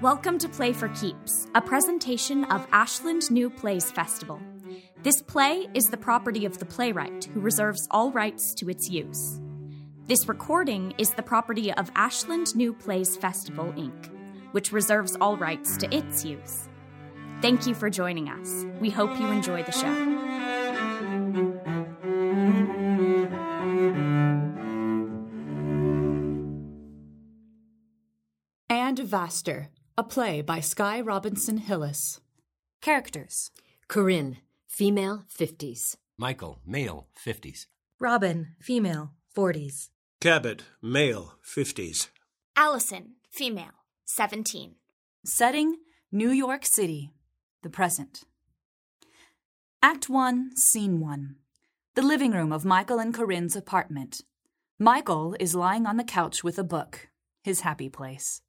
Welcome to Play for Keeps, a presentation of Ashland New Plays Festival. This play is the property of the playwright, who reserves all rights to its use. This recording is the property of Ashland New Plays Festival, Inc., which reserves all rights to its use. Thank you for joining us. We hope you enjoy the show. And Vaster, a play by Sky Robinson Hillis. Characters Corinne, female, 50s. Michael, male, 50s. Robin, female, 40s. Cabot, male, 50s. Allison, female, 17. Setting New York City, the present. Act 1, Scene 1. The living room of Michael and Corinne's apartment. Michael is lying on the couch with a book, his happy place.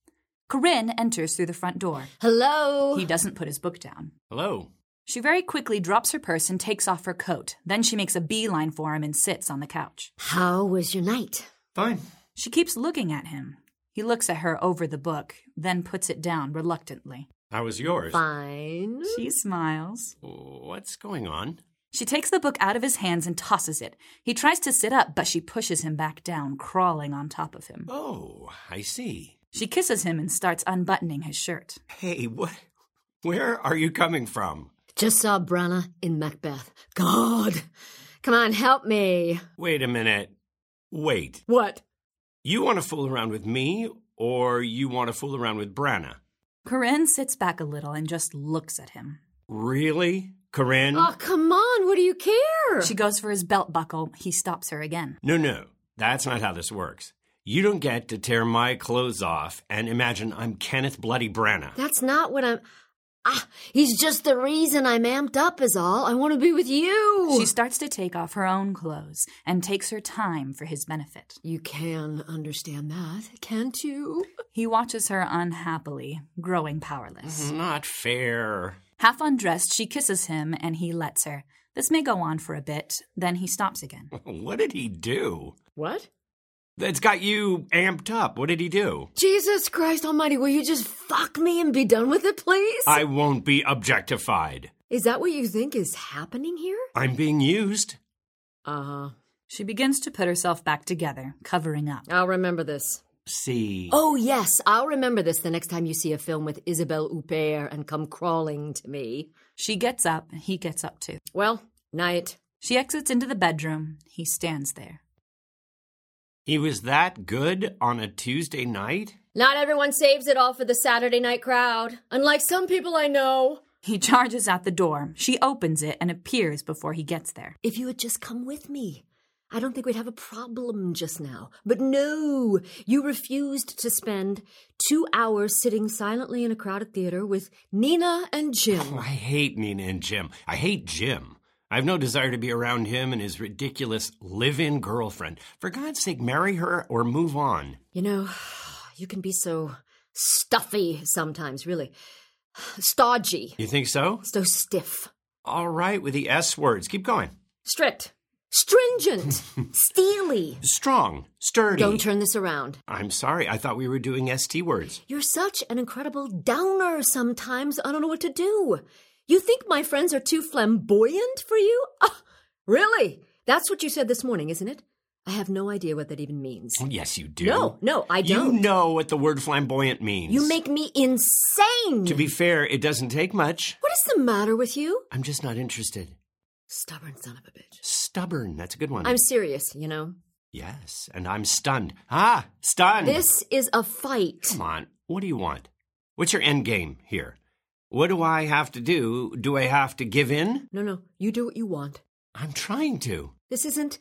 Corinne enters through the front door. Hello. He doesn't put his book down. Hello. She very quickly drops her purse and takes off her coat. Then she makes a beeline for him and sits on the couch. How was your night? Fine. She keeps looking at him. He looks at her over the book, then puts it down reluctantly. How was yours? Fine. She smiles. What's going on? She takes the book out of his hands and tosses it. He tries to sit up, but she pushes him back down, crawling on top of him. Oh, I see. She kisses him and starts unbuttoning his shirt. Hey, what? Where are you coming from? Just saw Brenna in Macbeth. God. Come on, help me. Wait a minute. Wait. What? You want to fool around with me, or you want to fool around with Branna? Corinne sits back a little and just looks at him. Really? Corinne? Oh, come on. What do you care? She goes for his belt buckle. He stops her again. No, no. That's not how this works. You don't get to tear my clothes off and imagine I'm Kenneth Bloody Branna. That's not what I'm. Ah, he's just the reason I'm amped up, is all. I want to be with you. She starts to take off her own clothes and takes her time for his benefit. You can understand that, can't you? He watches her unhappily, growing powerless. Mm-hmm. Not fair. Half undressed, she kisses him and he lets her. This may go on for a bit, then he stops again. What did he do? What? That's got you amped up. What did he do? Jesus Christ Almighty, will you just fuck me and be done with it, please? I won't be objectified. Is that what you think is happening here? I'm being used. Uh huh. She begins to put herself back together, covering up. I'll remember this. See. Oh, yes, I'll remember this the next time you see a film with Isabelle Huppert and come crawling to me. She gets up, he gets up too. Well, night. She exits into the bedroom. He stands there. He was that good on a Tuesday night? Not everyone saves it all for the Saturday night crowd, unlike some people I know. He charges out the door. She opens it and appears before he gets there. If you had just come with me, I don't think we'd have a problem just now. But no, you refused to spend two hours sitting silently in a crowded theater with Nina and Oh, Jim. I hate Nina and Jim. I hate Jim. I have no desire to be around him and his ridiculous live in girlfriend. For God's sake, marry her or move on. You know, you can be so stuffy sometimes, really. Stodgy. You think so? So stiff. All right with the S words. Keep going. Strict. Stringent. steely. Strong, sturdy. Don't turn this around. I'm sorry. I thought we were doing ST words. You're such an incredible downer sometimes. I don't know what to do. You think my friends are too flamboyant for you? Ah, really? That's what you said this morning, isn't it? I have no idea what that even means. Oh, Yes, you do. No, no, I You don't. know what the word flamboyant means. You make me insane. To be fair, it doesn't take much. What is the matter with you? I'm just not interested. Stubborn son of a bitch. Stubborn. That's a good one. I'm serious, you know. yes, and I'm stunned. Ah, stunned. This is a fight. Come on. What do you want? What's your end game here? What do I have to do? Do I have to give in? No, no, you do what you want. I'm trying to. This isn't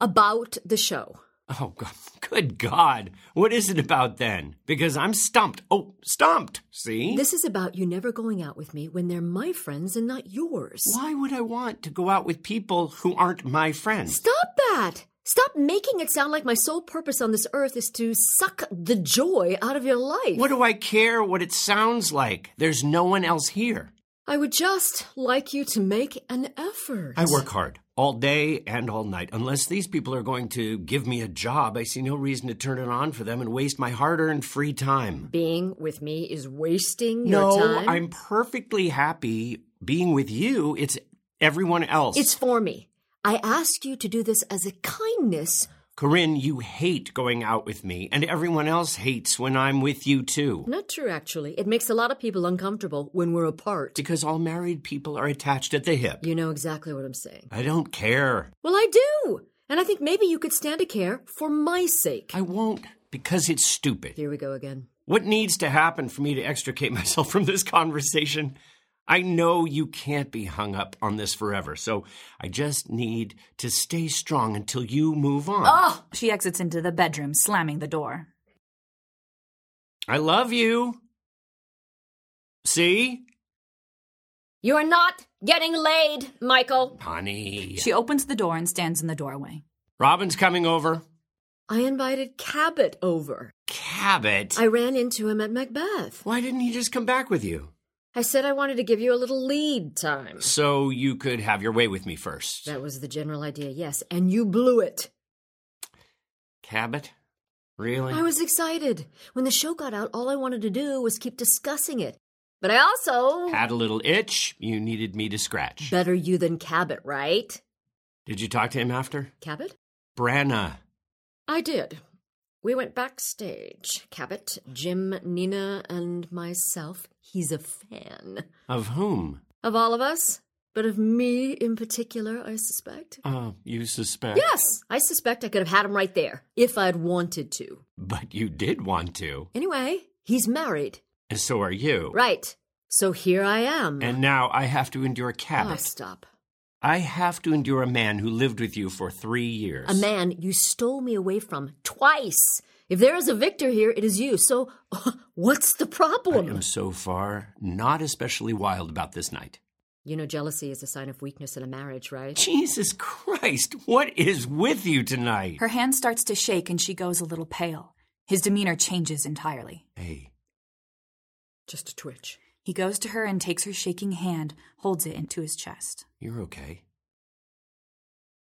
about the show. Oh, God. good God. What is it about then? Because I'm stumped. Oh, stumped. See? This is about you never going out with me when they're my friends and not yours. Why would I want to go out with people who aren't my friends? Stop that! Stop making it sound like my sole purpose on this earth is to suck the joy out of your life. What do I care what it sounds like? There's no one else here. I would just like you to make an effort. I work hard. all day and all night. Unless these people are going to give me a job, I see no reason to turn it on for them and waste my hard earned free time. Being with me is wasting No, your time. I'm perfectly happy being with you. It's everyone else. It's for me. I ask you to do this as a kindness. Corinne, you hate going out with me, and everyone else hates when I'm with you too. Not true, actually. It makes a lot of people uncomfortable when we're apart. Because all married people are attached at the hip. You know exactly what I'm saying. I don't care. Well, I do. And I think maybe you could stand a care for my sake. I won't because it's stupid. Here we go again. What needs to happen for me to extricate myself from this conversation? I know you can't be hung up on this forever, so I just need to stay strong until you move on. Ah! Oh! She exits into the bedroom, slamming the door. I love you. See? You're not getting laid, Michael. Honey. She opens the door and stands in the doorway. Robin's coming over. I invited Cabot over. Cabot. I ran into him at Macbeth. Why didn't he just come back with you? I said I wanted to give you a little lead time. So you could have your way with me first. That was the general idea, yes. And you blew it. Cabot? Really? I was excited. When the show got out, all I wanted to do was keep discussing it. But I also. Had a little itch you needed me to scratch. Better you than Cabot, right? Did you talk to him after? Cabot? Branna. I did. We went backstage. Cabot, Jim, Nina, and myself. He's a fan. Of whom? Of all of us, but of me in particular, I suspect. Uh, you suspect. Yes, I suspect I could have had him right there if I'd wanted to. But you did want to. Anyway, he's married. And so are you. Right. So here I am. And now I have to endure Ah, Cabot. stop. I have to endure a man who lived with you for three years. A man you stole me away from twice. If there is a victor here, it is you. So what's the I problem? am so far not especially wild about this night. You know, jealousy is a sign of weakness in a marriage, right? Jesus Christ, what is with you tonight? Her hand starts to shake and she goes a little pale. His demeanor changes entirely. Hey, Just a twitch. He goes to her and takes her shaking hand, holds it into his chest. you're okay.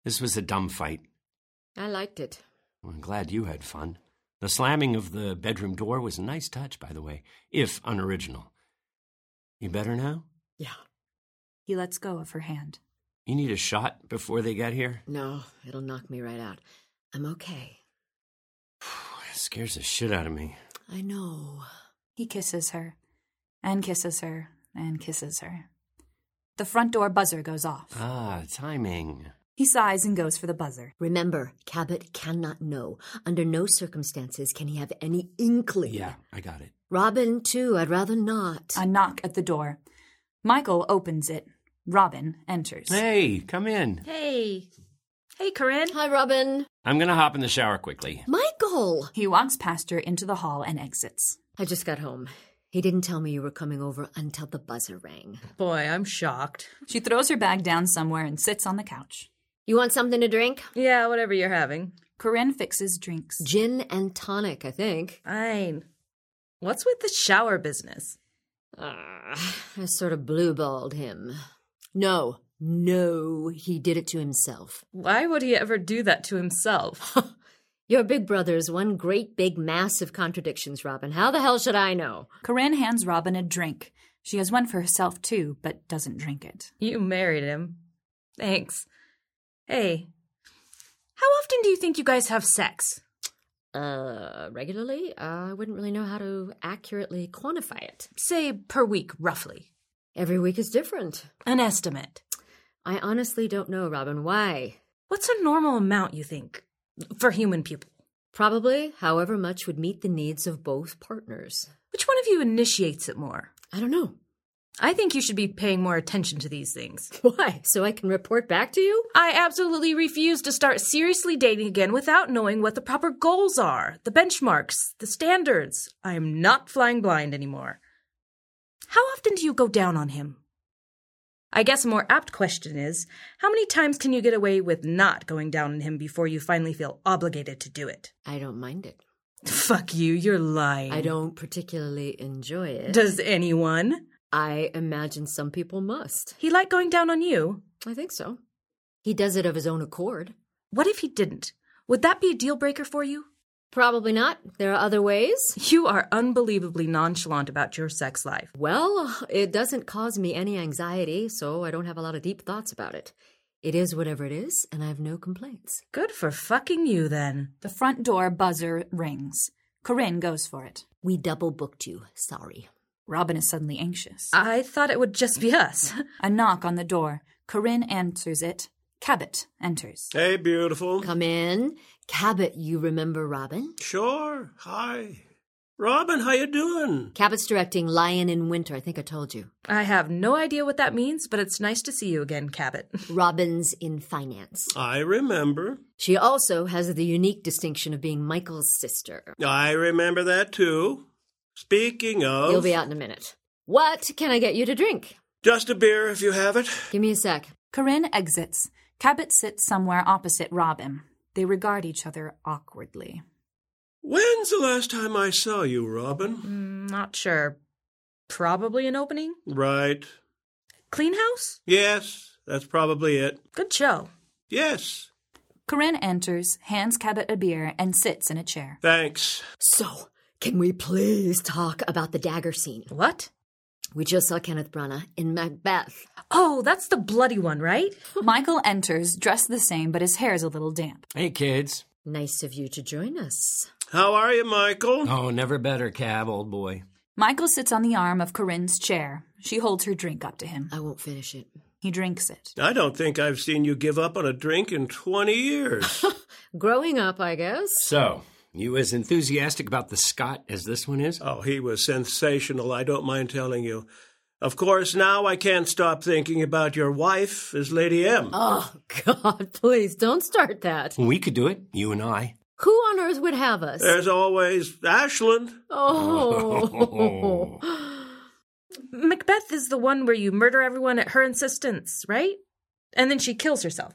This was a dumb fight. I liked it. Well, I'm glad you had fun. The slamming of the bedroom door was a nice touch, by the way, if unoriginal. You better now? Yeah. He lets go of her hand. You need a shot before they get here? No, it'll knock me right out. I'm okay. It scares the shit out of me. I know. He kisses her, and kisses her, and kisses her. The front door buzzer goes off. Ah, timing. He sighs and goes for the buzzer. Remember, Cabot cannot know. Under no circumstances can he have any inkling. Yeah, I got it. Robin, too. I'd rather not. A knock at the door. Michael opens it. Robin enters. Hey, come in. Hey. Hey, Corinne. Hi, Robin. I'm gonna hop in the shower quickly. Michael! He walks past her into the hall and exits. I just got home. He didn't tell me you were coming over until the buzzer rang. Boy, I'm shocked. She throws her bag down somewhere and sits on the couch. You want something to drink? Yeah, whatever you're having. Corinne fixes drinks. Gin and tonic, I think. Fine. What's with the shower business? Ah, I sort of blueballed him. No, no, he did it to himself. Why would he ever do that to himself? Your big brother is one great big mass of contradictions, Robin. How the hell should I know? Corinne hands Robin a drink. She has one for herself too, but doesn't drink it. You married him. Thanks. Hey, how often do you think you guys have sex? Uh, regularly? I wouldn't really know how to accurately quantify it. Say per week, roughly. Every week is different. An estimate. I honestly don't know, Robin, why. What's a normal amount, you think, for human people? Probably however much would meet the needs of both partners. Which one of you initiates it more? I don't know. I think you should be paying more attention to these things. Why? So I can report back to you? I absolutely refuse to start seriously dating again without knowing what the proper goals are, the benchmarks, the standards. I am not flying blind anymore. How often do you go down on him? I guess a more apt question is how many times can you get away with not going down on him before you finally feel obligated to do it? I don't mind it. Fuck you, you're lying. I don't particularly enjoy it. Does anyone? I imagine some people must. He liked going down on you. I think so. He does it of his own accord. What if he didn't? Would that be a deal breaker for you? Probably not. There are other ways. You are unbelievably nonchalant about your sex life. Well, it doesn't cause me any anxiety, so I don't have a lot of deep thoughts about it. It is whatever it is, and I have no complaints. Good for fucking you then. The front door buzzer rings. Corinne goes for it. We double booked you. Sorry. Robin is suddenly anxious. I thought it would just be us. A knock on the door. Corinne answers it. Cabot enters. Hey, beautiful. Come in. Cabot, you remember Robin? Sure. Hi. Robin, how you doing? Cabot's directing Lion in Winter, I think I told you. I have no idea what that means, but it's nice to see you again, Cabot. Robin's in finance. I remember. She also has the unique distinction of being Michael's sister. I remember that too. Speaking of. You'll be out in a minute. What can I get you to drink? Just a beer if you have it. Give me a sec. Corinne exits. Cabot sits somewhere opposite Robin. They regard each other awkwardly. When's the last time I saw you, Robin? Mm, Not sure. Probably an opening? Right. Clean house? Yes, that's probably it. Good show. Yes. Corinne enters, hands Cabot a beer, and sits in a chair. Thanks. So, can we please talk about the dagger scene? What? We just saw Kenneth Branagh in Macbeth. Oh, that's the bloody one, right? Michael enters, dressed the same, but his hair is a little damp. Hey, kids. Nice of you to join us. How are you, Michael? Oh, never better, Cab, old boy. Michael sits on the arm of Corinne's chair. She holds her drink up to him. I won't finish it. He drinks it. I don't think I've seen you give up on a drink in 20 years. Growing up, I guess. So, you as enthusiastic about the Scott as this one is? oh, he was sensational, I don't mind telling you. Of course, now I can't stop thinking about your wife as Lady M. Oh, God, please don't start that. We could do it, you and I. Who on earth would have us? There's always Ashland. Oh. Macbeth is the one where you murder everyone at her insistence, right? And then she kills herself.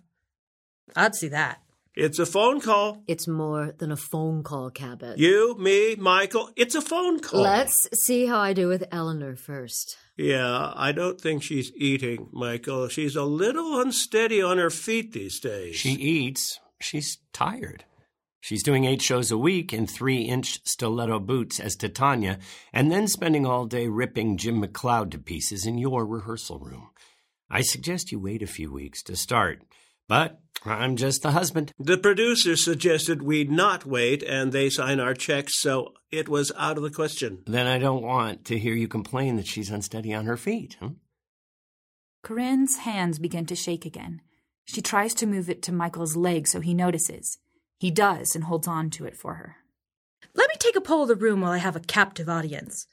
I'd see that. It's a phone call. it's more than a phone call, Cabot. You, me, Michael. It's a phone call. Let's see how I do with Eleanor first. Yeah, I don't think she's eating, Michael. She's a little unsteady on her feet these days. She eats. She's tired. She's doing eight shows a week in three inch stiletto boots as Titania, and then spending all day ripping Jim McLeod to pieces in your rehearsal room. I suggest you wait a few weeks to start, but I'm just the husband. The producer suggested we not wait and they sign our checks, so it was out of the question. Then I don't want to hear you complain that she's unsteady on her feet. Huh? Corinne's hands begin to shake again. She tries to move it to Michael's leg so he notices. He does and holds on to it for her. Let me take a poll of the room while I have a captive audience.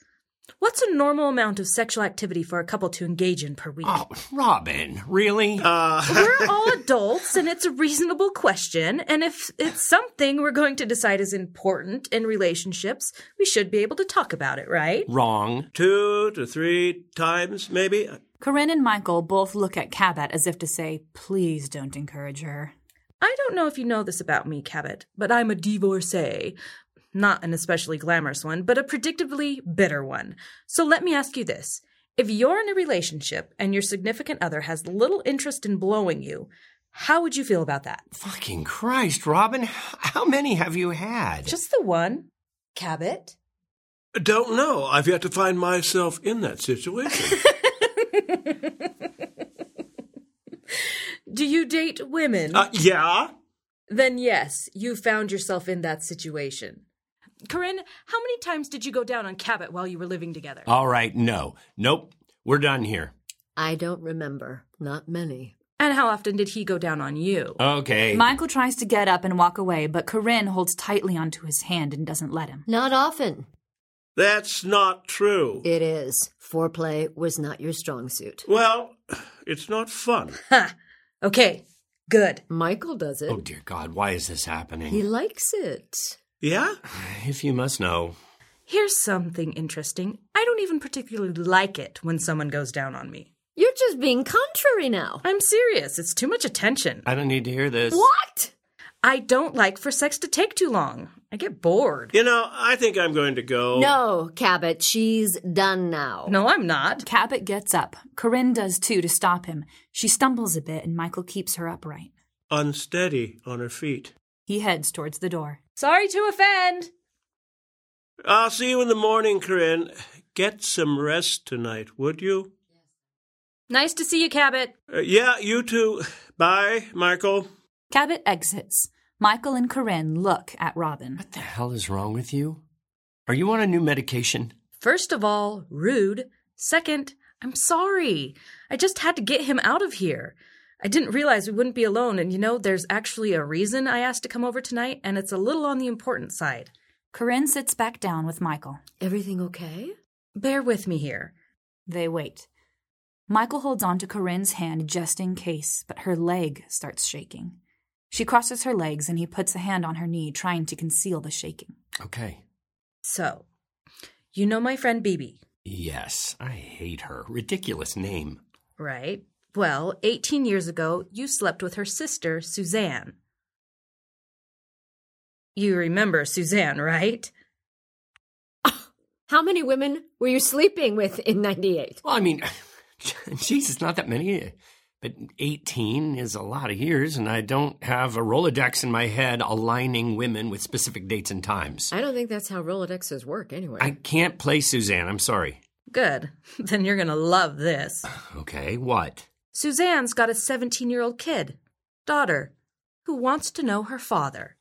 What's a normal amount of sexual activity for a couple to engage in per week? Oh, Robin, really? Uh, We're all adults, and it's a reasonable question. And if it's something we're going to decide is important in relationships, we should be able to talk about it, right? Wrong. two to three times, maybe. Corinne and Michael both look at Cabot as if to say, please don't encourage her. I don't know if you know this about me, Cabot, but I'm a divorcee. Not an especially glamorous one, but a predictably bitter one. So let me ask you this. If you're in a relationship and your significant other has little interest in blowing you, how would you feel about that? Fucking Christ, Robin. How many have you had? Just the one, Cabot. Don't know. I've yet to find myself in that situation. Do you date women? uh, yeah? then yes, you found yourself in that situation. Corinne, how many times did you go down on Cabot while you were living together? All right, no. Nope. We're done here. I don't remember. Not many. and how often did he go down on you? uh, Okay. Michael tries to get up and walk away, but Corinne holds tightly onto his hand and doesn't let him. Not often. That's not true. It is. Foreplay was not your strong suit. Well, it's not fun. Ha! Okay, good. Michael does it. oh, dear God, why is this happening? He likes it. Yeah? If you must know. Here's something interesting. I don't even particularly like it when someone goes down on me. You're just being contrary now. I'm serious, it's too much attention. I don't need to hear this. What? I don't like for sex to take too long. I get bored. You know, I think I'm going to go. Oh. No, Cabot, she's done now. No, I'm not. Cabot gets up. Corinne does too to stop him. She stumbles a bit, and Michael keeps her upright. Unsteady on her feet. He heads towards the door. Sorry to offend. I'll see you in the morning, Corinne. Get some rest tonight, would you? Nice to see you, Cabot. Uh, yeah, you too. Bye, Michael. Cabot exits. Michael and Corinne look at Robin. What the hell is wrong with you? Are you on a new medication? First of all, rude. Second, I'm sorry. I just had to get him out of here. I didn't realize we wouldn't be alone, and you know, there's actually a reason I asked to come over tonight, and it's a little on the important side. Corinne sits back down with Michael. Everything okay? Bear with me here. They wait. Michael holds on to Corinne's hand just in case, but her leg starts shaking. She crosses her legs and he puts a hand on her knee, trying to conceal the shaking. Okay. So, you know my friend Bibi, Yes, I hate her. Ridiculous name. right? Well, 18 years ago, you slept with her sister, Suzanne. You remember Suzanne, right? How many women were you sleeping with in 98? Well, I mean, Jesus, not that many. But 18 is a lot of years, and I don't have a Rolodex in my head aligning women with specific dates and times. I don't think that's how Rolodexes work, anyway. I can't play Suzanne. I'm sorry. Good. Then you're going to love this. Okay, what? Suzanne's got a 17 year old kid, daughter, who wants to know her father.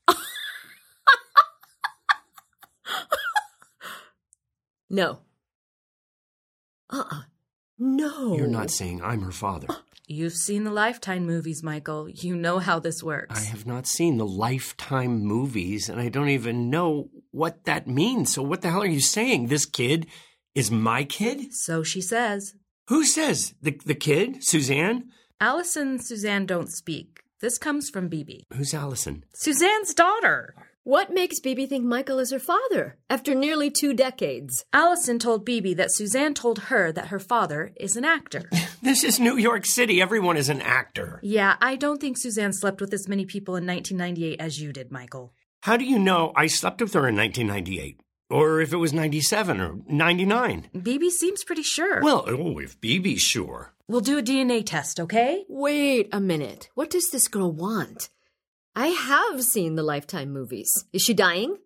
No. Uh Uh-uh. uh No. You're not saying I'm her father. You've seen the Lifetime movies, Michael. You know how this works. I have not seen the Lifetime movies, and I don't even know what that means. So, what the hell are you saying? This kid is my kid? So she says. Who says? The, the kid? Suzanne? Alice and Suzanne don't speak. This comes from Bibi, Who's Allison? Suzanne's daughter. What makes Bibi think Michael is her father after nearly two decades? Allison told Bibi that Suzanne told her that her father is an actor. This is New York City. Everyone is an actor. yeah, I don't think Suzanne slept with as many people in 1998 as you did, Michael. How do you know I slept with her in 1998? Or if it was 97 or 99? Bibi seems pretty sure. Well, oh, if BB's sure. we'll do a DNA test, okay? Wait a minute. What does this girl want? I have seen the Lifetime movies. Is she dying?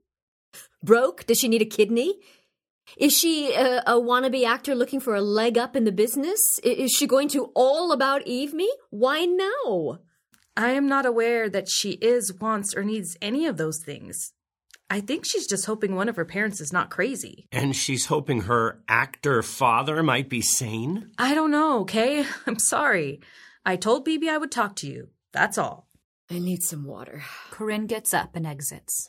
Broke? Does she need a kidney? Is she a, a wannabe actor looking for a leg up in the business? I- Is she going to all about Eve me? Why now? I am not aware that she is, wants, or needs any of those things. I think she's just hoping one of her parents is not crazy. And she's hoping her actor father might be sane? I don't know, okay? I'm sorry. I told Bibi I would talk to you. That's all. I need some water. Corinne gets up and exits.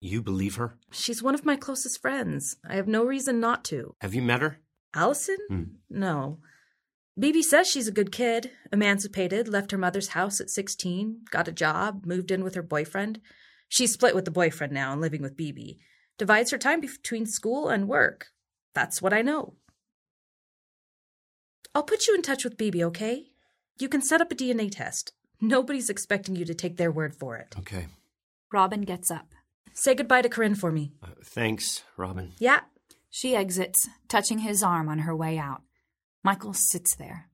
You believe her? She's one of my closest friends. I have no reason not to. Have you met her? Allison? Hmm. No. Bibi says she's a good kid, emancipated, left her mother's house at 16, got a job, moved in with her boyfriend. She's split with the boyfriend now and living with Bibi. Divides her time between school and work. That's what I know. I'll put you in touch with Bibi, okay? You can set up a DNA test. Nobody's expecting you to take their word for it. Okay. Robin gets up. Say goodbye to Corinne for me. Uh, thanks, Robin. Yeah, She exits, touching his arm on her way out. Michael sits there.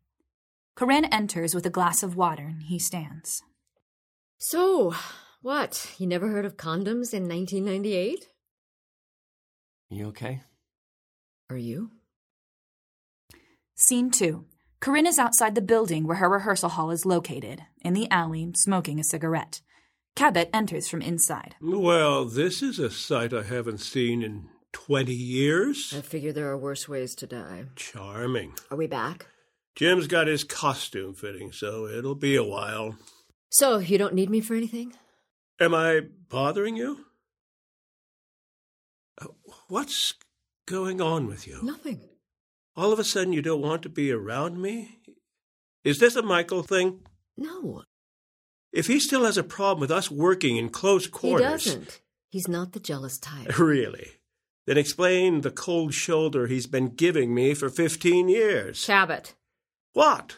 Corinne enters with a glass of water and he stands. So, what? You never heard of condoms in 1998? You okay? Are you? Scene 2. Corinne is outside the building where her rehearsal hall is located, in the alley, smoking a cigarette. Cabot enters from inside. Well, this is a sight I haven't seen in 20 I years. figure there are worse ways to die. Charming. Are we back? Jim's got his costume fitting, so it'll be a while. So, you don't need me for anything? Am I bothering you? Uh, What's going on with you? Nothing. All of a sudden, you don't want to be around me? Is this a Michael thing? No. If he still has a problem with us working in close quarters. He doesn't. He's not the jealous type. Really? Then explain the cold shoulder he's been giving me for 15 years. Cabot. What?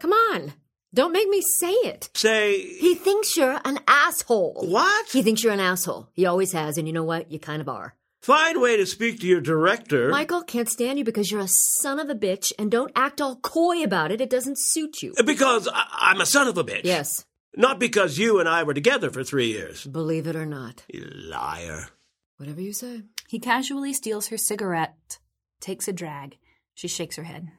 Come on. Don't make me say it. Say, He thinks you're an asshole. What? He thinks you're an asshole. He always has, and you know what? You kind of are. fine way to speak to your director. Michael can't stand you because you're a son of a bitch, and don't act all coy about it. It doesn't suit you. Because I- I'm a son of a bitch. Yes, Not because you and I were together for three years. believe it or not. You liar. Whatever you say. He casually steals her cigarette, takes a drag. She shakes her head.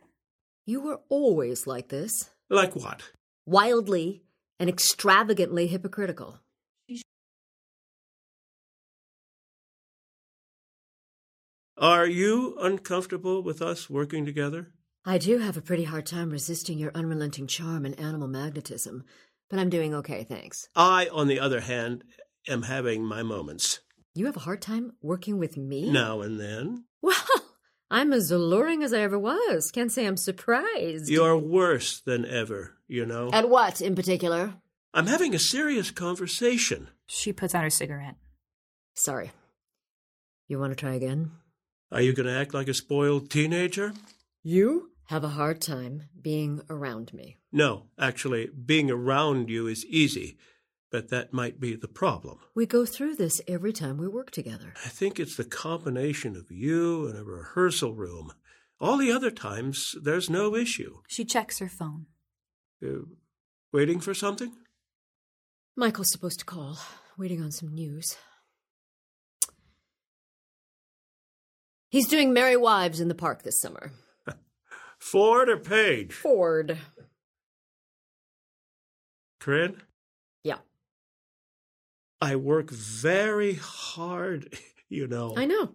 You were always like this Like what? wildly and extravagantly hypocritical. Are you uncomfortable with us working together? I do have a pretty hard time resisting your unrelenting charm and animal magnetism, but I'm doing okay, thanks. I, on the other hand, am having my moments. You have a hard time working with me? Now and then. Well, I'm as alluring as I ever was. Can't say I'm surprised. You're worse than ever, you know. At what in particular? I'm having a serious conversation. She puts out her cigarette. Sorry. You want to try again? Are you going to act like a spoiled teenager? You have a hard time being around me. No, actually, being around you is easy, but that might be the problem. We go through this every time we work together. I think it's the combination of you and a rehearsal room. All the other times, there's no issue. She checks her phone. Uh, waiting for something? Michael's supposed to call, waiting on some news. He's doing Merry Wives in the park this summer. Ford or Page? Ford. Corinne, Yeah. I work very hard, you know. I know.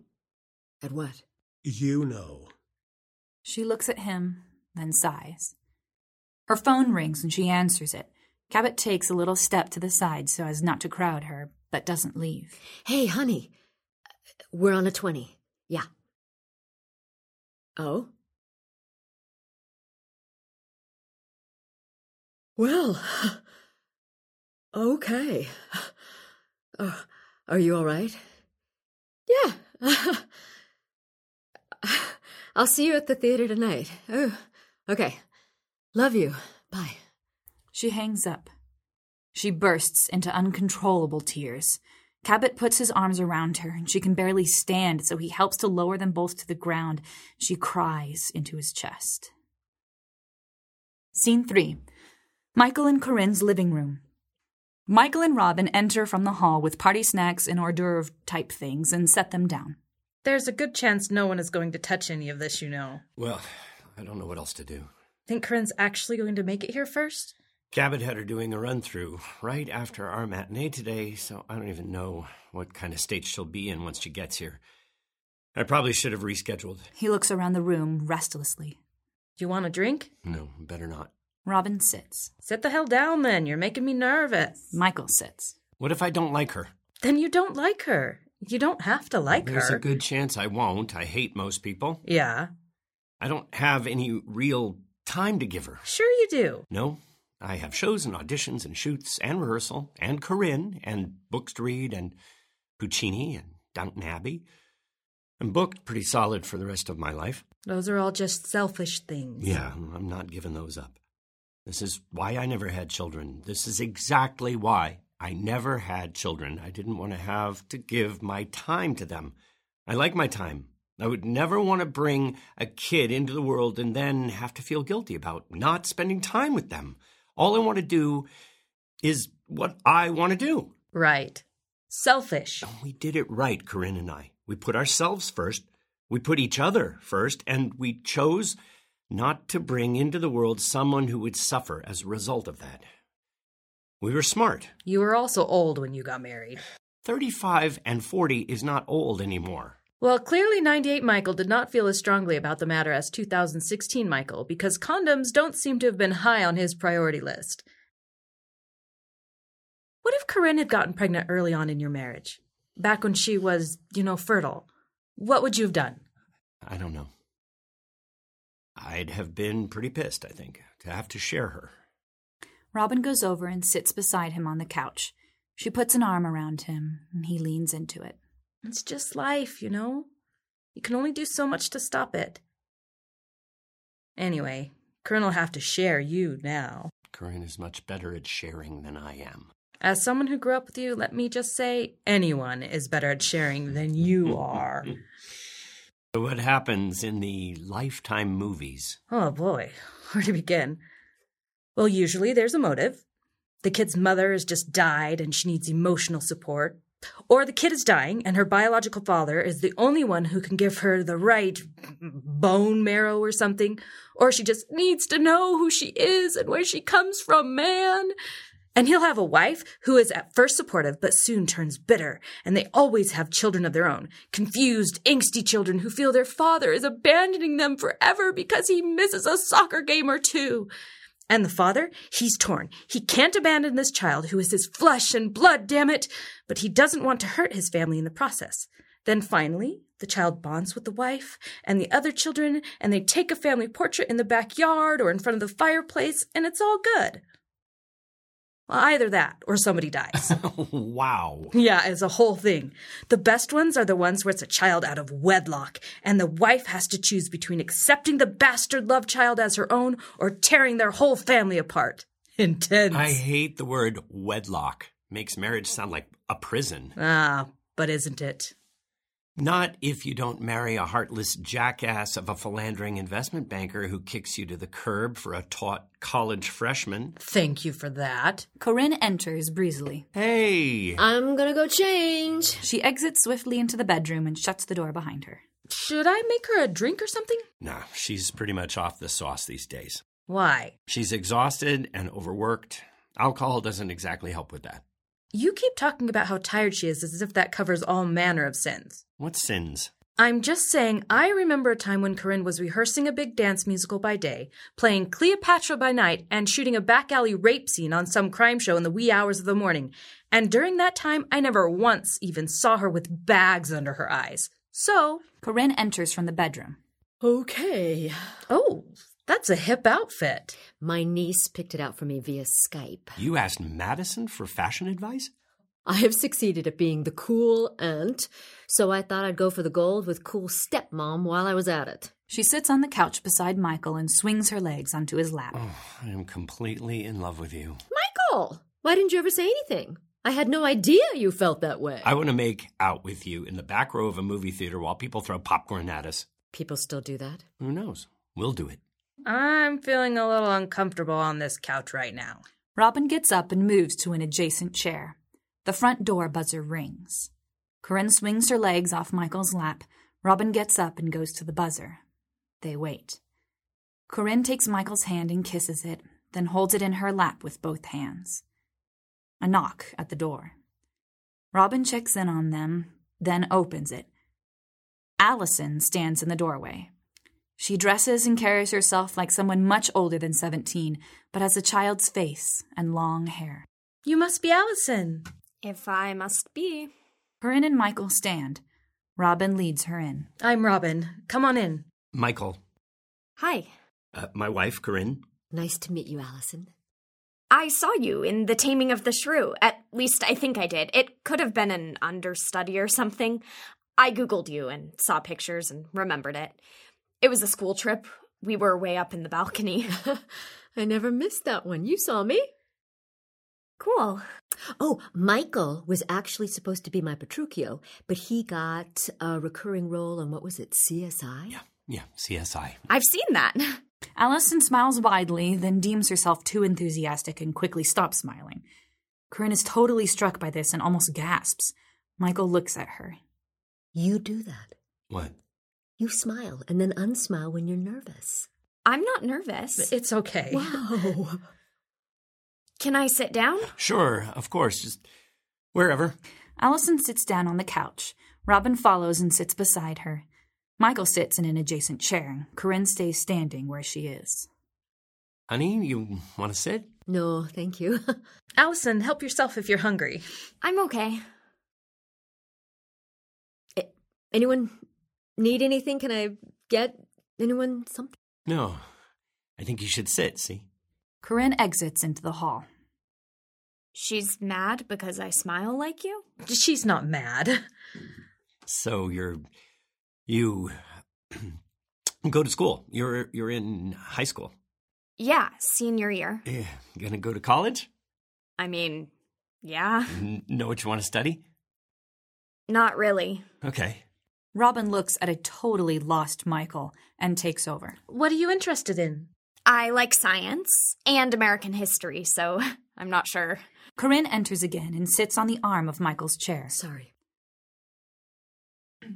At what? You know. She looks at him, then sighs. Her phone rings and she answers it. Cabot takes a little step to the side so as not to crowd her, but doesn't leave. Hey, honey. We're on a 20. Yeah. Oh? Well, okay. Uh, are you all right? Yeah. I'll see you at the theater tonight. Oh, okay. Love you. Bye. She hangs up. She bursts into uncontrollable tears. Cabot puts his arms around her, and she can barely stand, so he helps to lower them both to the ground. She cries into his chest. Scene 3 Michael and Corinne's living room. Michael and Robin enter from the hall with party snacks and hors d'oeuvre type things and set them down. There's a good chance no one is going to touch any of this, you know. Well, I don't know what else to do. Think Corinne's actually going to make it here first? Cabot had her doing a run through right after our matinee today, so I don't even know what kind of state she'll be in once she gets here. I probably should have rescheduled. He looks around the room restlessly. Do you want a drink? No, better not. Robin sits. Sit the hell down then. You're making me nervous. Michael sits. What if I don't like her? Then you don't like her. You don't have to like There's her. a good chance I won't. I hate most people. yeah. I don't have any real time to give her. Sure you do. No, I have shows and auditions and shoots and rehearsal and Corinne and books to read and Puccini and Downton Abbey. I'm booked pretty solid for the rest of my life. Those are all just selfish things. Yeah, I'm not giving those up. This is why I never had children. This is exactly why I never had children. I didn't want to have to give my time to them. I like my time. I would never want to bring a kid into the world and then have to feel guilty about not spending time with them. All I want to do is what I want to do. Right. Selfish. And We did it right, Corinne and I. We put ourselves first, we put each other first, and we chose not to bring into the world someone who would suffer as a result of that. We were smart. You were also old when you got married. 35 and 40 is not old anymore. Well, clearly 98 Michael did not feel as strongly about the matter as 2016 Michael because condoms don't seem to have been high on his priority list. What if Corinne had gotten pregnant early on in your marriage? Back when she was, you know, fertile? What would you have done? I don't know. I'd have been pretty pissed, I think, to have to share her. Robin goes over and sits beside him on the couch. She puts an arm around him, and he leans into it. It's just life, you know? You can only do so much to stop it. Anyway, Corinne will have to share you now. Corinne is much better at sharing than I am. As someone who grew up with you, let me just say anyone is better at sharing than you are. So What happens in the Lifetime movies? Oh boy, where to begin? Well, usually there's a motive. The kid's mother has just died and she needs emotional support. Or the kid is dying and her biological father is the only one who can give her the right bone marrow or something. Or she just needs to know who she is and where she comes from, man. And he'll have a wife who is at first supportive but soon turns bitter, and they always have children of their own. Confused, angsty children who feel their father is abandoning them forever because he misses a soccer game or two. And the father, he's torn. He can't abandon this child who is his flesh and blood, damn it, but he doesn't want to hurt his family in the process. Then finally, the child bonds with the wife and the other children, and they take a family portrait in the backyard or in front of the fireplace, and it's all good. Well, either that or somebody dies. wow. yeah, it's a whole thing. The best ones are the ones where it's a child out of wedlock, and the wife has to choose between accepting the bastard love child as her own or tearing their whole family apart. Intense. I hate the word wedlock. Makes marriage sound like a prison. ah, but isn't it? Not if you don't marry a heartless jackass of a philandering investment banker who kicks you to the curb for a taut college freshman. Thank you for that. Corinne enters breezily. Hey! I'm gonna go change. She exits swiftly into the bedroom and shuts the door behind her. Should I make her a drink or something? Nah, she's pretty much off the sauce these days. Why? She's exhausted and overworked. Alcohol doesn't exactly help with that. You keep talking about how tired she is as if that covers all manner of sins. What sins? I'm just saying, I remember a time when Corinne was rehearsing a big dance musical by day, playing Cleopatra by night, and shooting a back alley rape scene on some crime show in the wee hours of the morning. And during that time, I never once even saw her with bags under her eyes. So, Corinne enters from the bedroom. Okay. oh, that's a hip outfit. My niece picked it out for me via Skype. You asked Madison for fashion advice? I have succeeded at being the cool aunt, so I thought I'd go for the gold with cool stepmom while I was at it. She sits on the couch beside Michael and swings her legs onto his lap. Oh, I am completely in love with you. Michael, why didn't you ever say anything? I had no idea you felt that way. I want to make out with you in the back row of a movie theater while people throw popcorn at us. People still do that. Who knows? We'll do it. I'm feeling a little uncomfortable on this couch right now. Robin gets up and moves to an adjacent chair. The front door buzzer rings. Corinne swings her legs off Michael's lap. Robin gets up and goes to the buzzer. They wait. Corinne takes Michael's hand and kisses it, then holds it in her lap with both hands. A knock at the door. Robin checks in on them, then opens it. Allison stands in the doorway. She dresses and carries herself like someone much older than 17, but has a child's face and long hair. You must be Allison. If I must be. Corinne and Michael stand. Robin leads her in. I'm Robin. Come on in. Michael, Hi. uh, my wife, Corinne, Nice to meet you, Allison. I saw you in The Taming of the Shrew. At least I think I did. It could have been an understudy or something. I Googled you and saw pictures and remembered it. It was a school trip. We were way up in the balcony. I never missed that one. You saw me. cool. Oh, Michael was actually supposed to be my Petruchio, but he got a recurring role on what was it, CSI? Yeah, yeah, CSI. I've seen that. Allison smiles widely, then deems herself too enthusiastic and quickly stops smiling. Corinne is totally struck by this and almost gasps. Michael looks at her. You do that. What? You smile and then unsmile when you're nervous. I'm not nervous. It's okay. Wow. Can I sit down? Sure, of course. Just wherever. Allison sits down on the couch. Robin follows and sits beside her. Michael sits in an adjacent chair. Corinne stays standing where she is. Honey, you want to sit? no, thank you. Allison, help yourself if you're hungry. I'm okay. A- Anyone need anything? Can I get anyone something? No. I think you should sit, see? Corinne exits into the hall. She's mad because I smile like you? She's not mad. So you're you go to school. You're you're in high school. Yeah, senior year. Eh, gonna go to college? I mean, yeah. N- know what you want to study? Not really. Okay. Robin looks at a totally lost Michael and takes over. What are you interested in? I like science and American history, so I'm not sure. Corinne enters again and sits on the arm of Michael's chair. Sorry.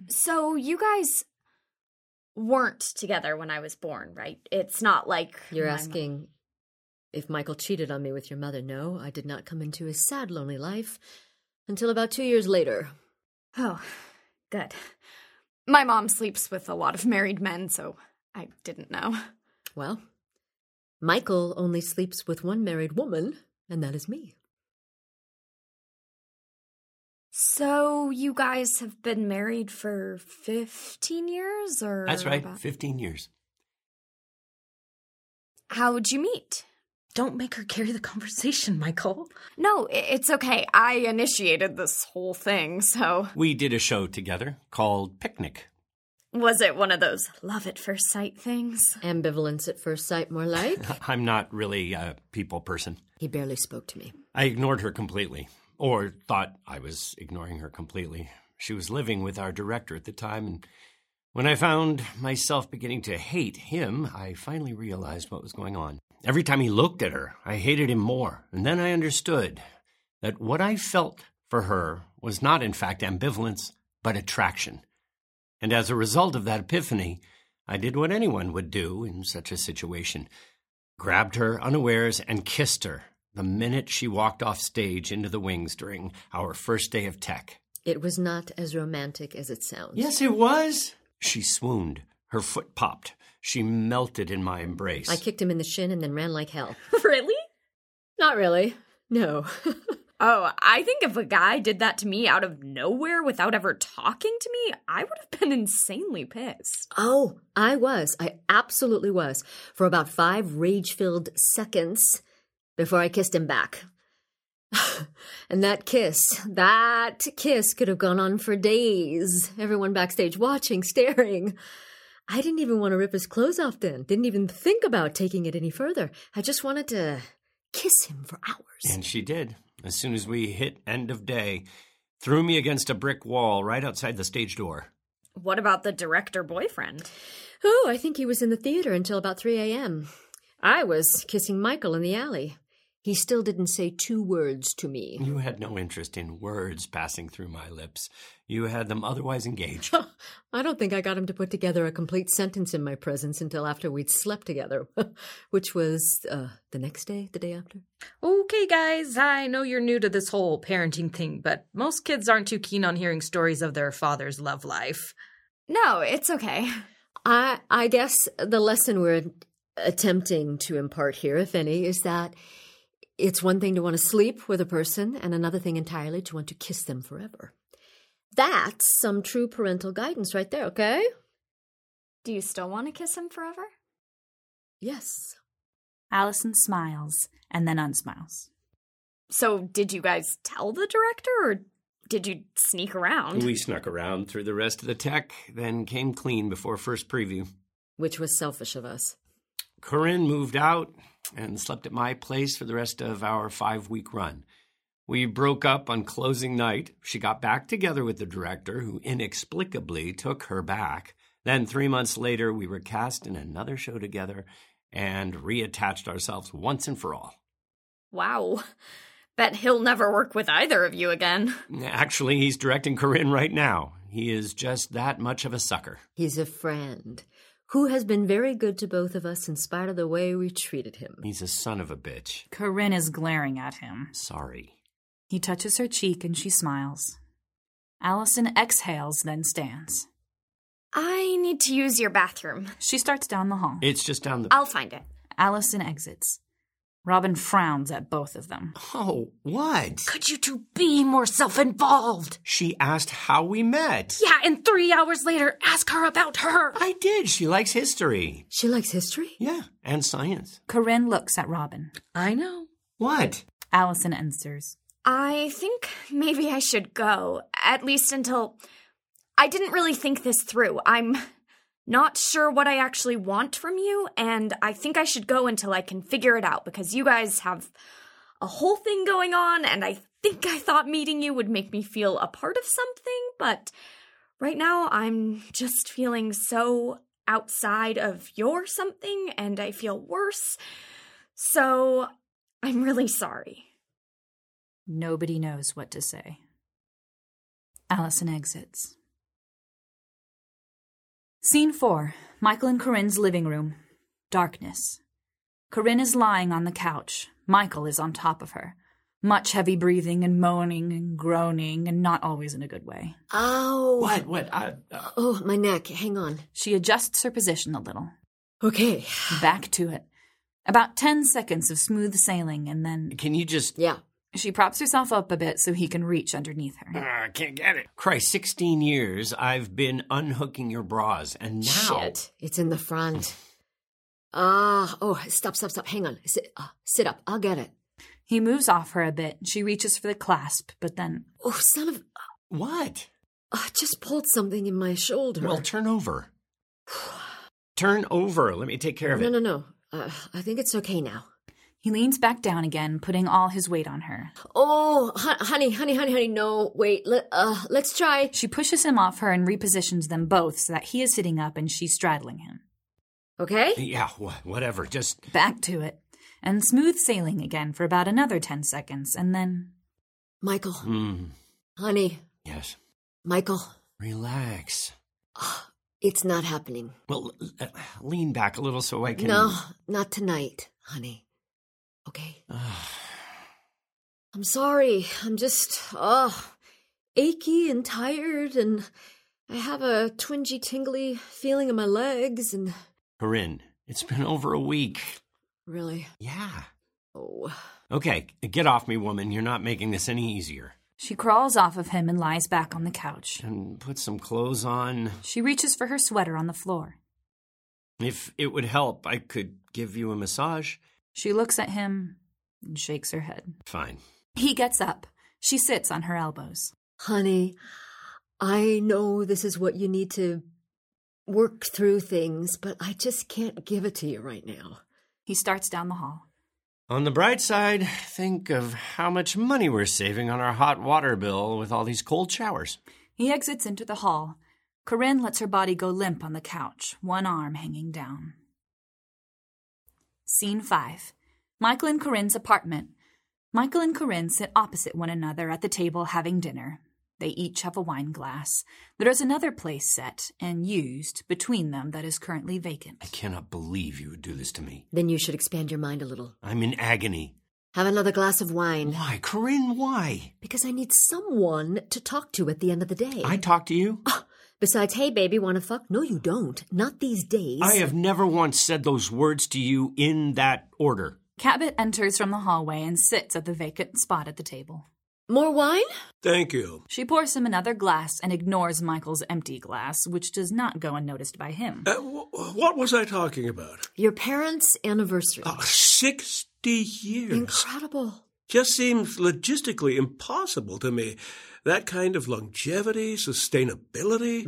So you guys weren't together when I was born, right? It's not like You're my- asking if Michael cheated on me with your mother. No, I did not come into his sad, lonely life until about two years later. Oh, good. My mom sleeps with a lot of married men, so I didn't know. Well, Michael only sleeps with one married woman, and that is me. So you guys have been married for 15 years or That's right, about- 15 years. How'd you meet? Don't make her carry the conversation, Michael. No, i- it's okay. I initiated this whole thing, so We did a show together called Picnic. was it one of those love at first sight things? Ambivalence at first sight, more like. I'm not really a people person. he barely spoke to me. I ignored her completely, or thought I was ignoring her completely. She was living with our director at the time, and when I found myself beginning to hate him, I finally realized what was going on. Every time he looked at her, I hated him more, and then I understood that what I felt for her was not, in fact, ambivalence, but attraction. And as a result of that epiphany, I did what anyone would do in such a situation grabbed her unawares and kissed her the minute she walked off stage into the wings during our first day of tech. It was not as romantic as it sounds. Yes, it was. She swooned. Her foot popped. She melted in my embrace. I kicked him in the shin and then ran like hell. really? Not really. No. Oh, I think if a guy did that to me out of nowhere without ever talking to me, I would have been insanely pissed. oh, I was. I absolutely was. For about five rage filled seconds before I kissed him back. and that kiss, that kiss could have gone on for days. Everyone backstage watching, staring. I didn't even want to rip his clothes off then. Didn't even think about taking it any further. I just wanted to kiss him for hours. and she did. As soon as we hit end of day, threw me against a brick wall right outside the stage door. What about the director boyfriend? Oh, I think he was in the theater until about 3 a.m. I was kissing Michael in the alley. He still didn't say two words to me. You had no interest in words passing through my lips. You had them otherwise engaged. I don't think I got him to put together a complete sentence in my presence until after we'd slept together, which was uh, the next day, the day after. Okay, guys, I know you're new to this whole parenting thing, but most kids aren't too keen on hearing stories of their father's love life. No, it's okay. I, I guess the lesson we're attempting to impart here, if any, is that it's one thing to want to sleep with a person and another thing entirely to want to kiss them forever. That's some true parental guidance right there, okay? Do you still want to kiss him forever? Yes. Allison smiles and then unsmiles. So, did you guys tell the director or did you sneak Mm. around? we snuck around through the rest of the tech, then came clean before first preview. Which was selfish of us. Corinne moved out and slept at my place for the rest of our five week run. We broke up on closing night. She got back together with the director, who inexplicably took her back. Then, three months later, we were cast in another show together and reattached ourselves once and for all. wow. Bet he'll never work with either of you again. Actually, he's directing Corinne right now. He is just that much of a sucker. He's a friend who has been very good to both of us in spite of the way we treated him. He's a son of a bitch. Corinne is glaring at him. Sorry. He touches her cheek and she smiles. Allison exhales, then stands. I need to use your bathroom. She starts down the hall. It's just down the. I'll find it. Allison exits. Robin frowns at both of them. oh, what? Could you two be more self involved? She asked how we met. Yeah, and three hours later, ask her about her. I did. She likes history. She likes history? Yeah, and science. Corinne looks at Robin. I know. What? Allison enters. I think maybe I should go, at least until. I didn't really think this through. I'm Not sure what I actually want from you, and I think I should go until I can figure it out because you guys have a whole thing going on, and I think I thought meeting you would make me feel a part of something, but right now I'm just feeling so outside of your something, and I feel worse. So I'm really sorry. Nobody knows what to say. Allison exits. Scene 4 Michael and Corinne's living room. Darkness. Corinne is lying on the couch. Michael is on top of her. Much heavy breathing and moaning and groaning, and not always in a good way. Ow. What? What? I, uh, Oh, my neck. Hang on. She adjusts her position a little. Okay. Back to it. About 10 seconds of smooth sailing, and then can you just. Yeah. she props herself up a bit so he can reach underneath her. Ah, I can't get it. Christ, 16 years I've been unhooking your bras, and now. Shit. It's in the front. Ah. oh, stop, stop, stop. Hang on. Sit, uh, sit up. I'll get it. He moves off her a bit. She reaches for the clasp, but then Oh, son of. What? I just pulled something in my shoulder. Well, turn over. turn over. Let me take care of it. no, no, no. Uh, I think it's okay now. he leans back down again, putting all his weight on her. Oh, hon- honey, honey, honey, honey. No, wait. Let, uh, let's try. She pushes him off her and repositions them both so that he is sitting up and she's straddling him. Okay. Yeah, wh- whatever. Just. Back to it. And smooth sailing again for about another 10 seconds, and then Michael, Hmm. honey, Yes. Michael. Relax. It's not happening. Well, l- uh, lean back a little so I can. No, not tonight, honey. Okay. I'm sorry. I'm just, oh, achy and tired, and I have a twingy, tingly feeling in my legs, and Corinne, it's been over a week. really, Yeah. oh. Okay, get off me, woman. You're not making this any easier. she crawls off of him and lies back on the couch. And put some clothes on. She reaches for her sweater on the floor. If it would help, I could give you a massage. She looks at him and shakes her head. Fine. He gets up. She sits on her elbows. Honey, I know this is what you need to work through things, but I just can't give it to you right now. He starts down the hall. On the bright side, think of how much money we're saving on our hot water bill with all these cold showers. He exits into the hall. Corinne lets her body go limp on the couch, one arm hanging down. Scene 5 Michael and Corinne's apartment. Michael and Corinne sit opposite one another at the table having dinner. They each have a wine glass. There is another place set and used between them that is currently I vacant. cannot believe you would do this to me. Then you should expand your mind a little. I'm in agony. Have another glass of wine. Why, Corinne, why? Because I need someone to talk to at the end of the day. I talk to you? Besides, hey, baby, want to fuck? No, you don't. Not these days. I have never once said those words to you in that order. Cabot enters from the hallway and sits at the vacant spot at the table. More wine? Thank you. She pours him another glass and ignores Michael's empty glass, which does not go unnoticed by him. Uh, wh- what was I talking about? Your parents' anniversary. Oh, 60 years. Incredible. Just seems logistically impossible to me. That kind of longevity, sustainability.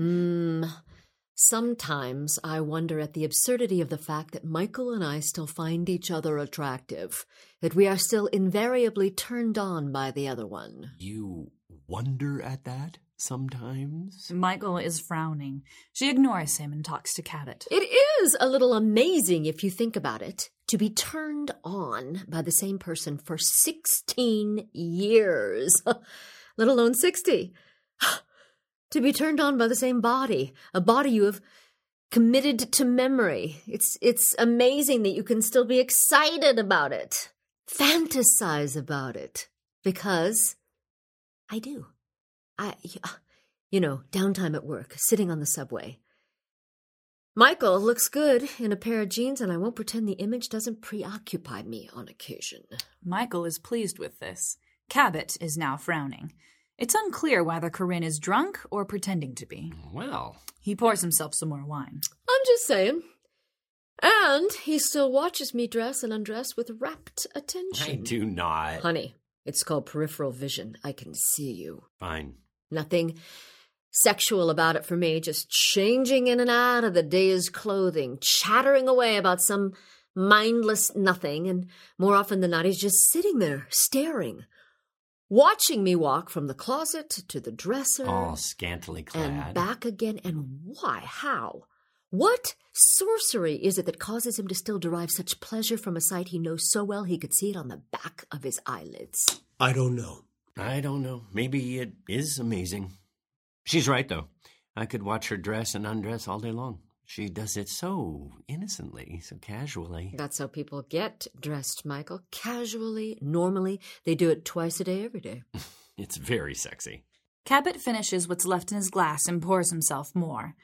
Sometimes I wonder at the absurdity of the fact that Michael and I still find each other attractive, that we are still invariably turned on by the other one. You wonder at that sometimes? Michael is frowning. She ignores him and talks to Cabot. It is a little amazing if you think about it to be turned on by the same person for 16 years, let alone 60. to be turned on by the same body, a body you have committed to memory. It's it's amazing that you can still be excited about it. Fantasize about it because I do. I you know, downtime at work, sitting on the subway, Michael looks good in a pair of jeans, and I won't pretend the image doesn't preoccupy me on occasion. Michael is pleased with this. Cabot is now frowning. It's unclear whether Corinne is drunk or pretending to be. Well, He pours himself some more wine. I'm just saying. And he still watches me dress and undress with rapt attention. I do not. Honey, it's called peripheral vision. I can see you. Fine. Nothing sexual about it for me, just changing in and out of the day's clothing, chattering away about some mindless nothing, and more often than not, he's just sitting there staring, watching me walk from the closet to the dresser all scantily clad. and back again. And why? How? What sorcery is it that causes him to still derive such pleasure from a sight he knows so well he could see it on the back of his eyelids? I don't know. I don't know. Maybe it is amazing. She's right, though. I could watch her dress and undress all day long. She does it so innocently, so casually. That's how people get dressed, Michael. Casually, normally. They do it twice a day, every day. It's very sexy. Cabot finishes what's left in his glass and pours himself more.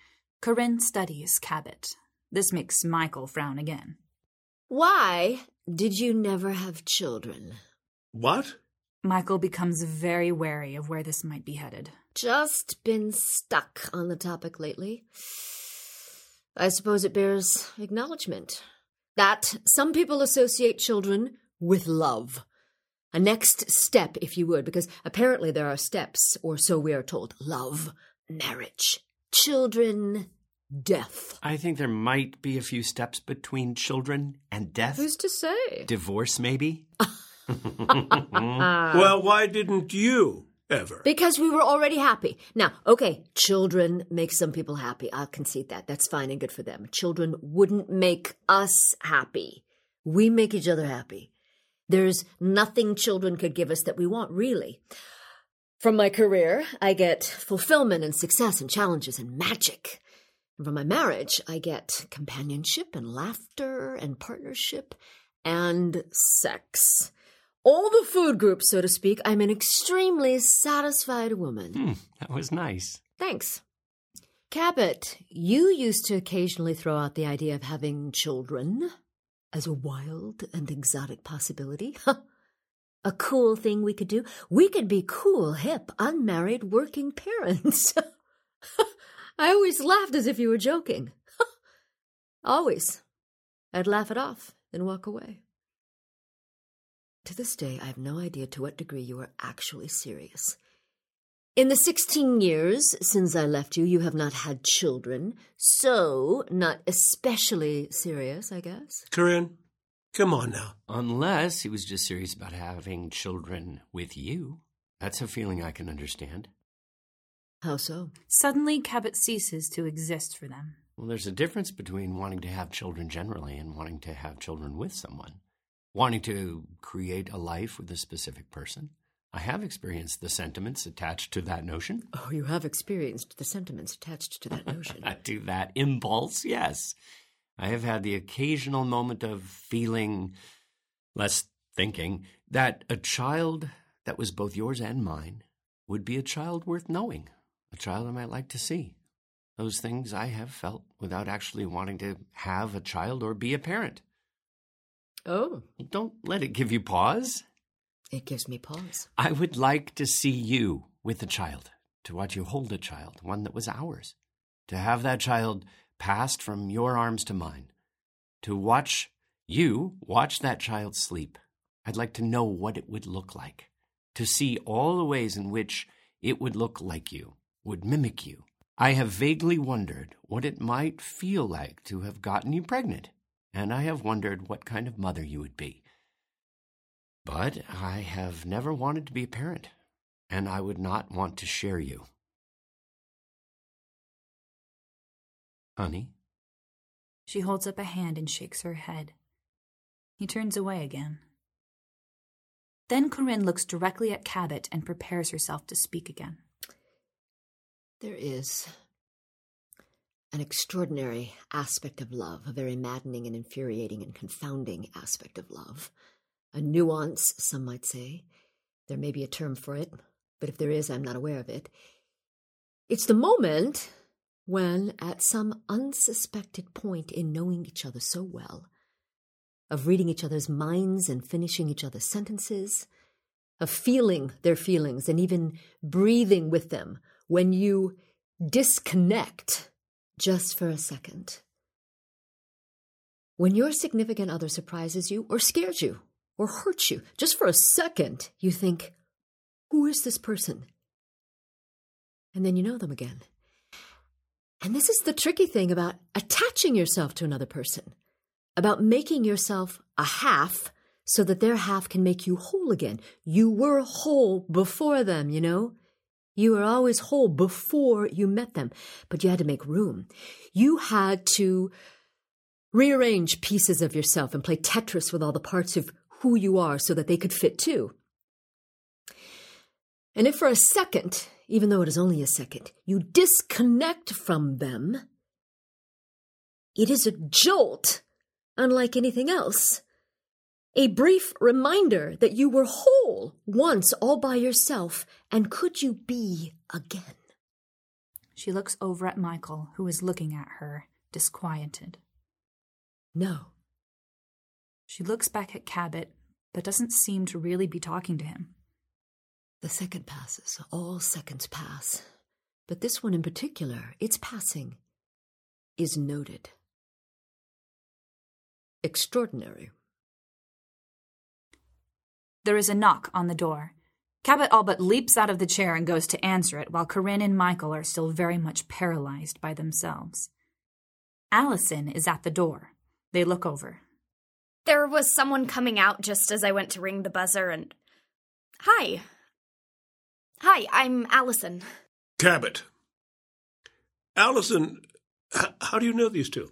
Corinne studies Cabot. This makes Michael frown again. Why did you never have children? What? Michael becomes very wary of where this might be headed. Just been stuck on the topic lately. I suppose it bears acknowledgement that some people associate children with love. A next step, if you would, because apparently there are steps, or so we are told love, marriage, children, death. I think there might be a few steps between children and death. Who's to say? Divorce, maybe? well, why didn't you ever? Because we were already happy. Now, okay, children make some people happy. I'll concede that. That's fine and good for them. Children wouldn't make us happy. We make each other happy. There's nothing children could give us that we want, really. From my career, I get fulfillment and success and challenges and magic. And from my marriage, I get companionship and laughter and partnership and sex. All the food groups, so to speak, I'm an extremely satisfied woman. Hmm, that was nice. Thanks. Cabot, you used to occasionally throw out the idea of having children as a wild and exotic possibility. a cool thing we could do. We could be cool, hip, unmarried, working parents. I always laughed as if you were joking. always. I'd laugh it off and walk away. To this day, I have no idea to what degree you are actually serious. In the 16 years since I left you, you have not had children, so not especially serious, I guess. Corinne, come on now. Unless he was just serious about having children with you. That's a feeling I can understand. How so? Suddenly, Cabot ceases to exist for them. Well, there's a difference between wanting to have children generally and wanting to have children with someone, wanting to create a life with a specific person. I have experienced the sentiments attached to that notion. Oh, you have experienced the sentiments attached to that notion. to that impulse, yes. I have had the occasional moment of feeling, less thinking, that a child that was both yours and mine would be a child worth knowing, a child I might like to see. Those things I have felt without actually wanting to have a child or be a parent. oh, Don't let it give you pause. it gives me pause. I would like to see you with a child, to watch you hold a child, one that was ours, to have that child passed from your arms to mine, to watch you watch that child sleep. I'd like to know what it would look like, to see all the ways in which it would look like you, would mimic you. I have vaguely wondered what it might feel like to have gotten you pregnant, and I have wondered what kind of mother you would be. But I have never wanted to be a parent, and I would not want to share you. Honey, She holds up a hand and shakes her head. He turns away again. Then Corinne looks directly at Cabot and prepares herself to speak again. There is an extraordinary aspect of love, a very maddening and infuriating and confounding aspect of love. A nuance, some might say. There may be a term for it, but if there is, I'm not aware of it. It's the moment when, at some unsuspected point in knowing each other so well, of reading each other's minds and finishing each other's sentences, of feeling their feelings and even breathing with them when you disconnect just for a second. When your significant other surprises you or scares you or hurts you, just for a second, you think, Who is this person? and then you know them again. And this is the tricky thing about attaching yourself to another person, about making yourself a half so that their half can make you whole again. You were whole before them, you know? You were always whole before you met them, but you had to make room. You had to rearrange pieces of yourself and play Tetris with all the parts of who you are so that they could fit too. And if for a second, even though it is only a second, you disconnect from them, it is a jolt unlike anything else. A brief reminder that you were whole once all by yourself, and could you be again? She looks over at Michael, who is looking at her, disquieted. No. She looks back at Cabot, but doesn't seem to really be talking to him. The second passes. All seconds pass. But this one in particular, its passing, is noted. Extraordinary. There is a knock on the door. Cabot all but leaps out of the chair and goes to answer it, while Corinne and Michael are still very much paralyzed by themselves. Allison is at the door. They look over. There was someone coming out just as I went to ring the buzzer and. Hi. Hi, I'm Allison. Cabot. Allison, h- how do you know these two?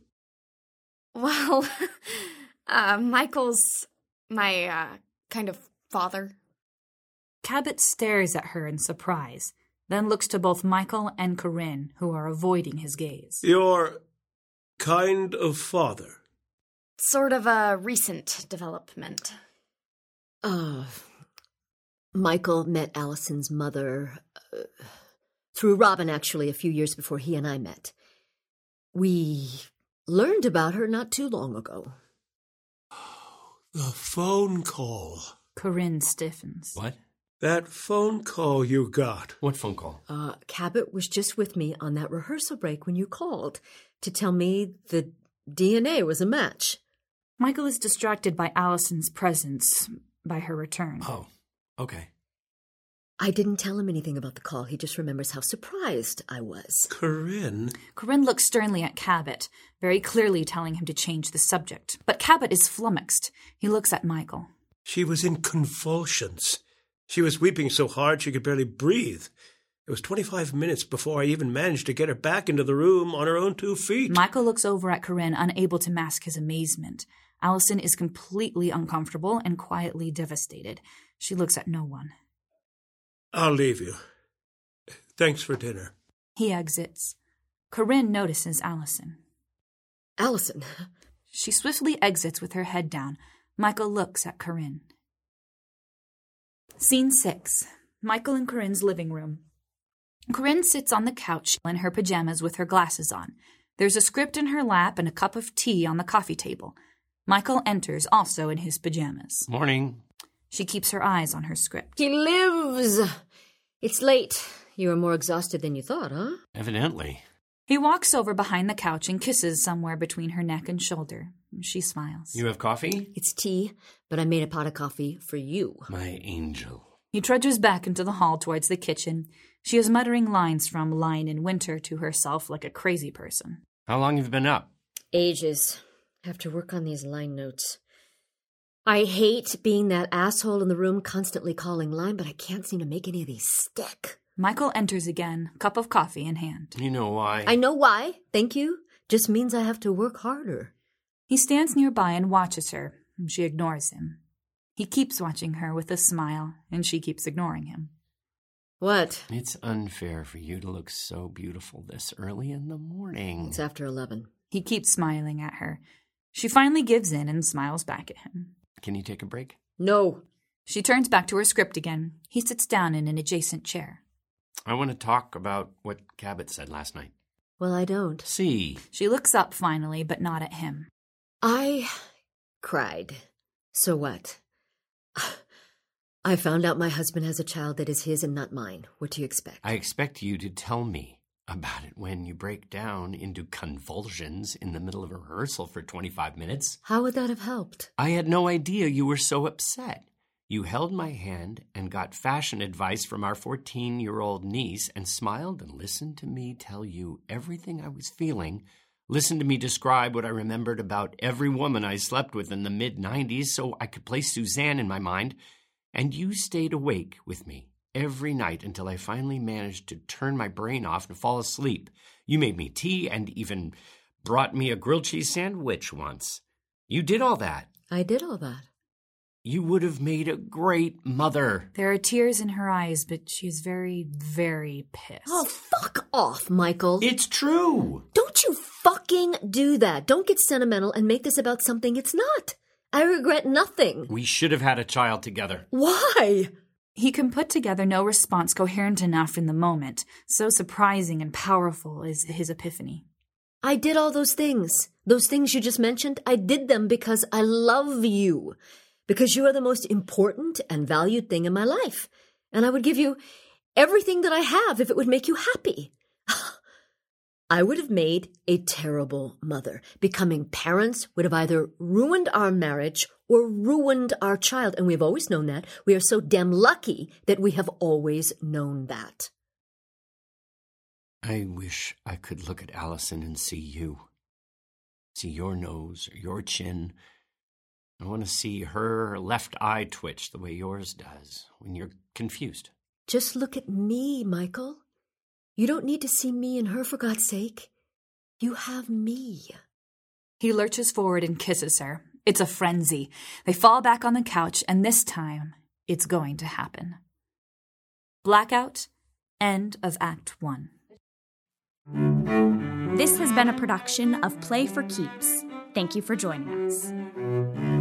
Well, uh, Michael's my uh, kind of father. Cabot stares at her in surprise, then looks to both Michael and Corinne, who are avoiding his gaze. Your kind of father. Sort of a recent development. Uh, Michael met Allison's mother uh, through Robin, actually, a few years before he and I met. We learned about her not too long ago. The phone call. Corinne stiffens. What? That phone call you got. What phone call? Uh, Cabot was just with me on that rehearsal break when you called to tell me the DNA was a match. Michael is distracted by Allison's presence, by her return. Oh, okay. I didn't tell him anything about the call. He just remembers how surprised I was. Corinne. Corinne looks sternly at Cabot, very clearly telling him to change the subject. But Cabot is flummoxed. He looks at Michael. She was in convulsions. She was weeping so hard she could barely breathe. It was 25 minutes before I even managed to get her back into the room on her own two feet. Michael looks over at Corinne, unable to mask his amazement. Allison is completely uncomfortable and quietly devastated. She looks at no one. I'll leave you. Thanks for dinner. He exits. Corinne notices Allison. Allison, She swiftly exits with her head down. Michael looks at Corinne. Scene 6 Michael and Corinne's living room. Corinne sits on the couch in her pajamas with her glasses on. There's a script in her lap and a cup of tea on the coffee table. Michael enters also in his pajamas. Morning. She keeps her eyes on her script. he lives. It's late. You were more exhausted than you thought, huh? Evidently. He walks over behind the couch and kisses somewhere between her neck and shoulder. She smiles. You have coffee? It's tea, but I made a pot of coffee for you. My angel. He trudges back into the hall towards the kitchen. She is muttering lines from Lion in Winter to herself like a crazy person. How long have you been up? Ages. Have to work on these line notes. I hate being that asshole in the room constantly calling line, but I can't seem to make any of these stick. Michael enters again, cup of coffee in hand. You know why. I know why. Thank you. Just means I have to work harder. He stands nearby and watches her. She ignores him. He keeps watching her with a smile, and she keeps ignoring him. What? It's unfair for you to look so beautiful this early in the morning. It's after 11. He keeps smiling at her. She finally gives in and smiles back at him. Can you take a break? No. She turns back to her script again. He sits down in an adjacent chair. I want to talk about what Cabot said last night. Well, I don't. See, She looks up finally, but not at him. I cried. So what? I found out my husband has a child that is his and not mine. What do you expect? I expect you to tell me about it when you break down into convulsions in the middle of a rehearsal for 25 minutes. How would that have helped? I had no idea you were so upset. You held my hand and got fashion advice from our 14 year old niece and smiled and listened to me tell you everything I was feeling. Listened to me describe what I remembered about every woman I slept with in the mid 90s so I could place Suzanne in my mind. And you stayed awake with me every night until I finally managed to turn my brain off and fall asleep. You made me tea and even brought me a grilled cheese sandwich once. You did all that. I did all that. You would have made a great mother. There are tears in her eyes, but she's very, very pissed. Oh, fuck off, Michael. It's true. Don't you fucking do that. Don't get sentimental and make this about something it's not. I regret nothing. We should have had a child together. Why? He can put together no response coherent enough in the moment. So surprising and powerful is his epiphany. I did all those things. Those things you just mentioned, I did them because I love you. Because you are the most important and valued thing in my life. And I would give you everything that I have if it would make you happy. I would have made a terrible mother. Becoming parents would have either ruined our marriage or ruined our child. And we've always known that. We are so damn lucky that we have always known that. I wish I could look at Allison and see you. See your nose or your chin. I want to see her left eye twitch the way yours does when you're confused. Just look at me, Michael. You don't need to see me and her, for God's sake. You have me. He lurches forward and kisses her. It's a frenzy. They fall back on the couch, and this time it's going to happen. Blackout, end of Act One. This has been a production of Play for Keeps. Thank you for joining us.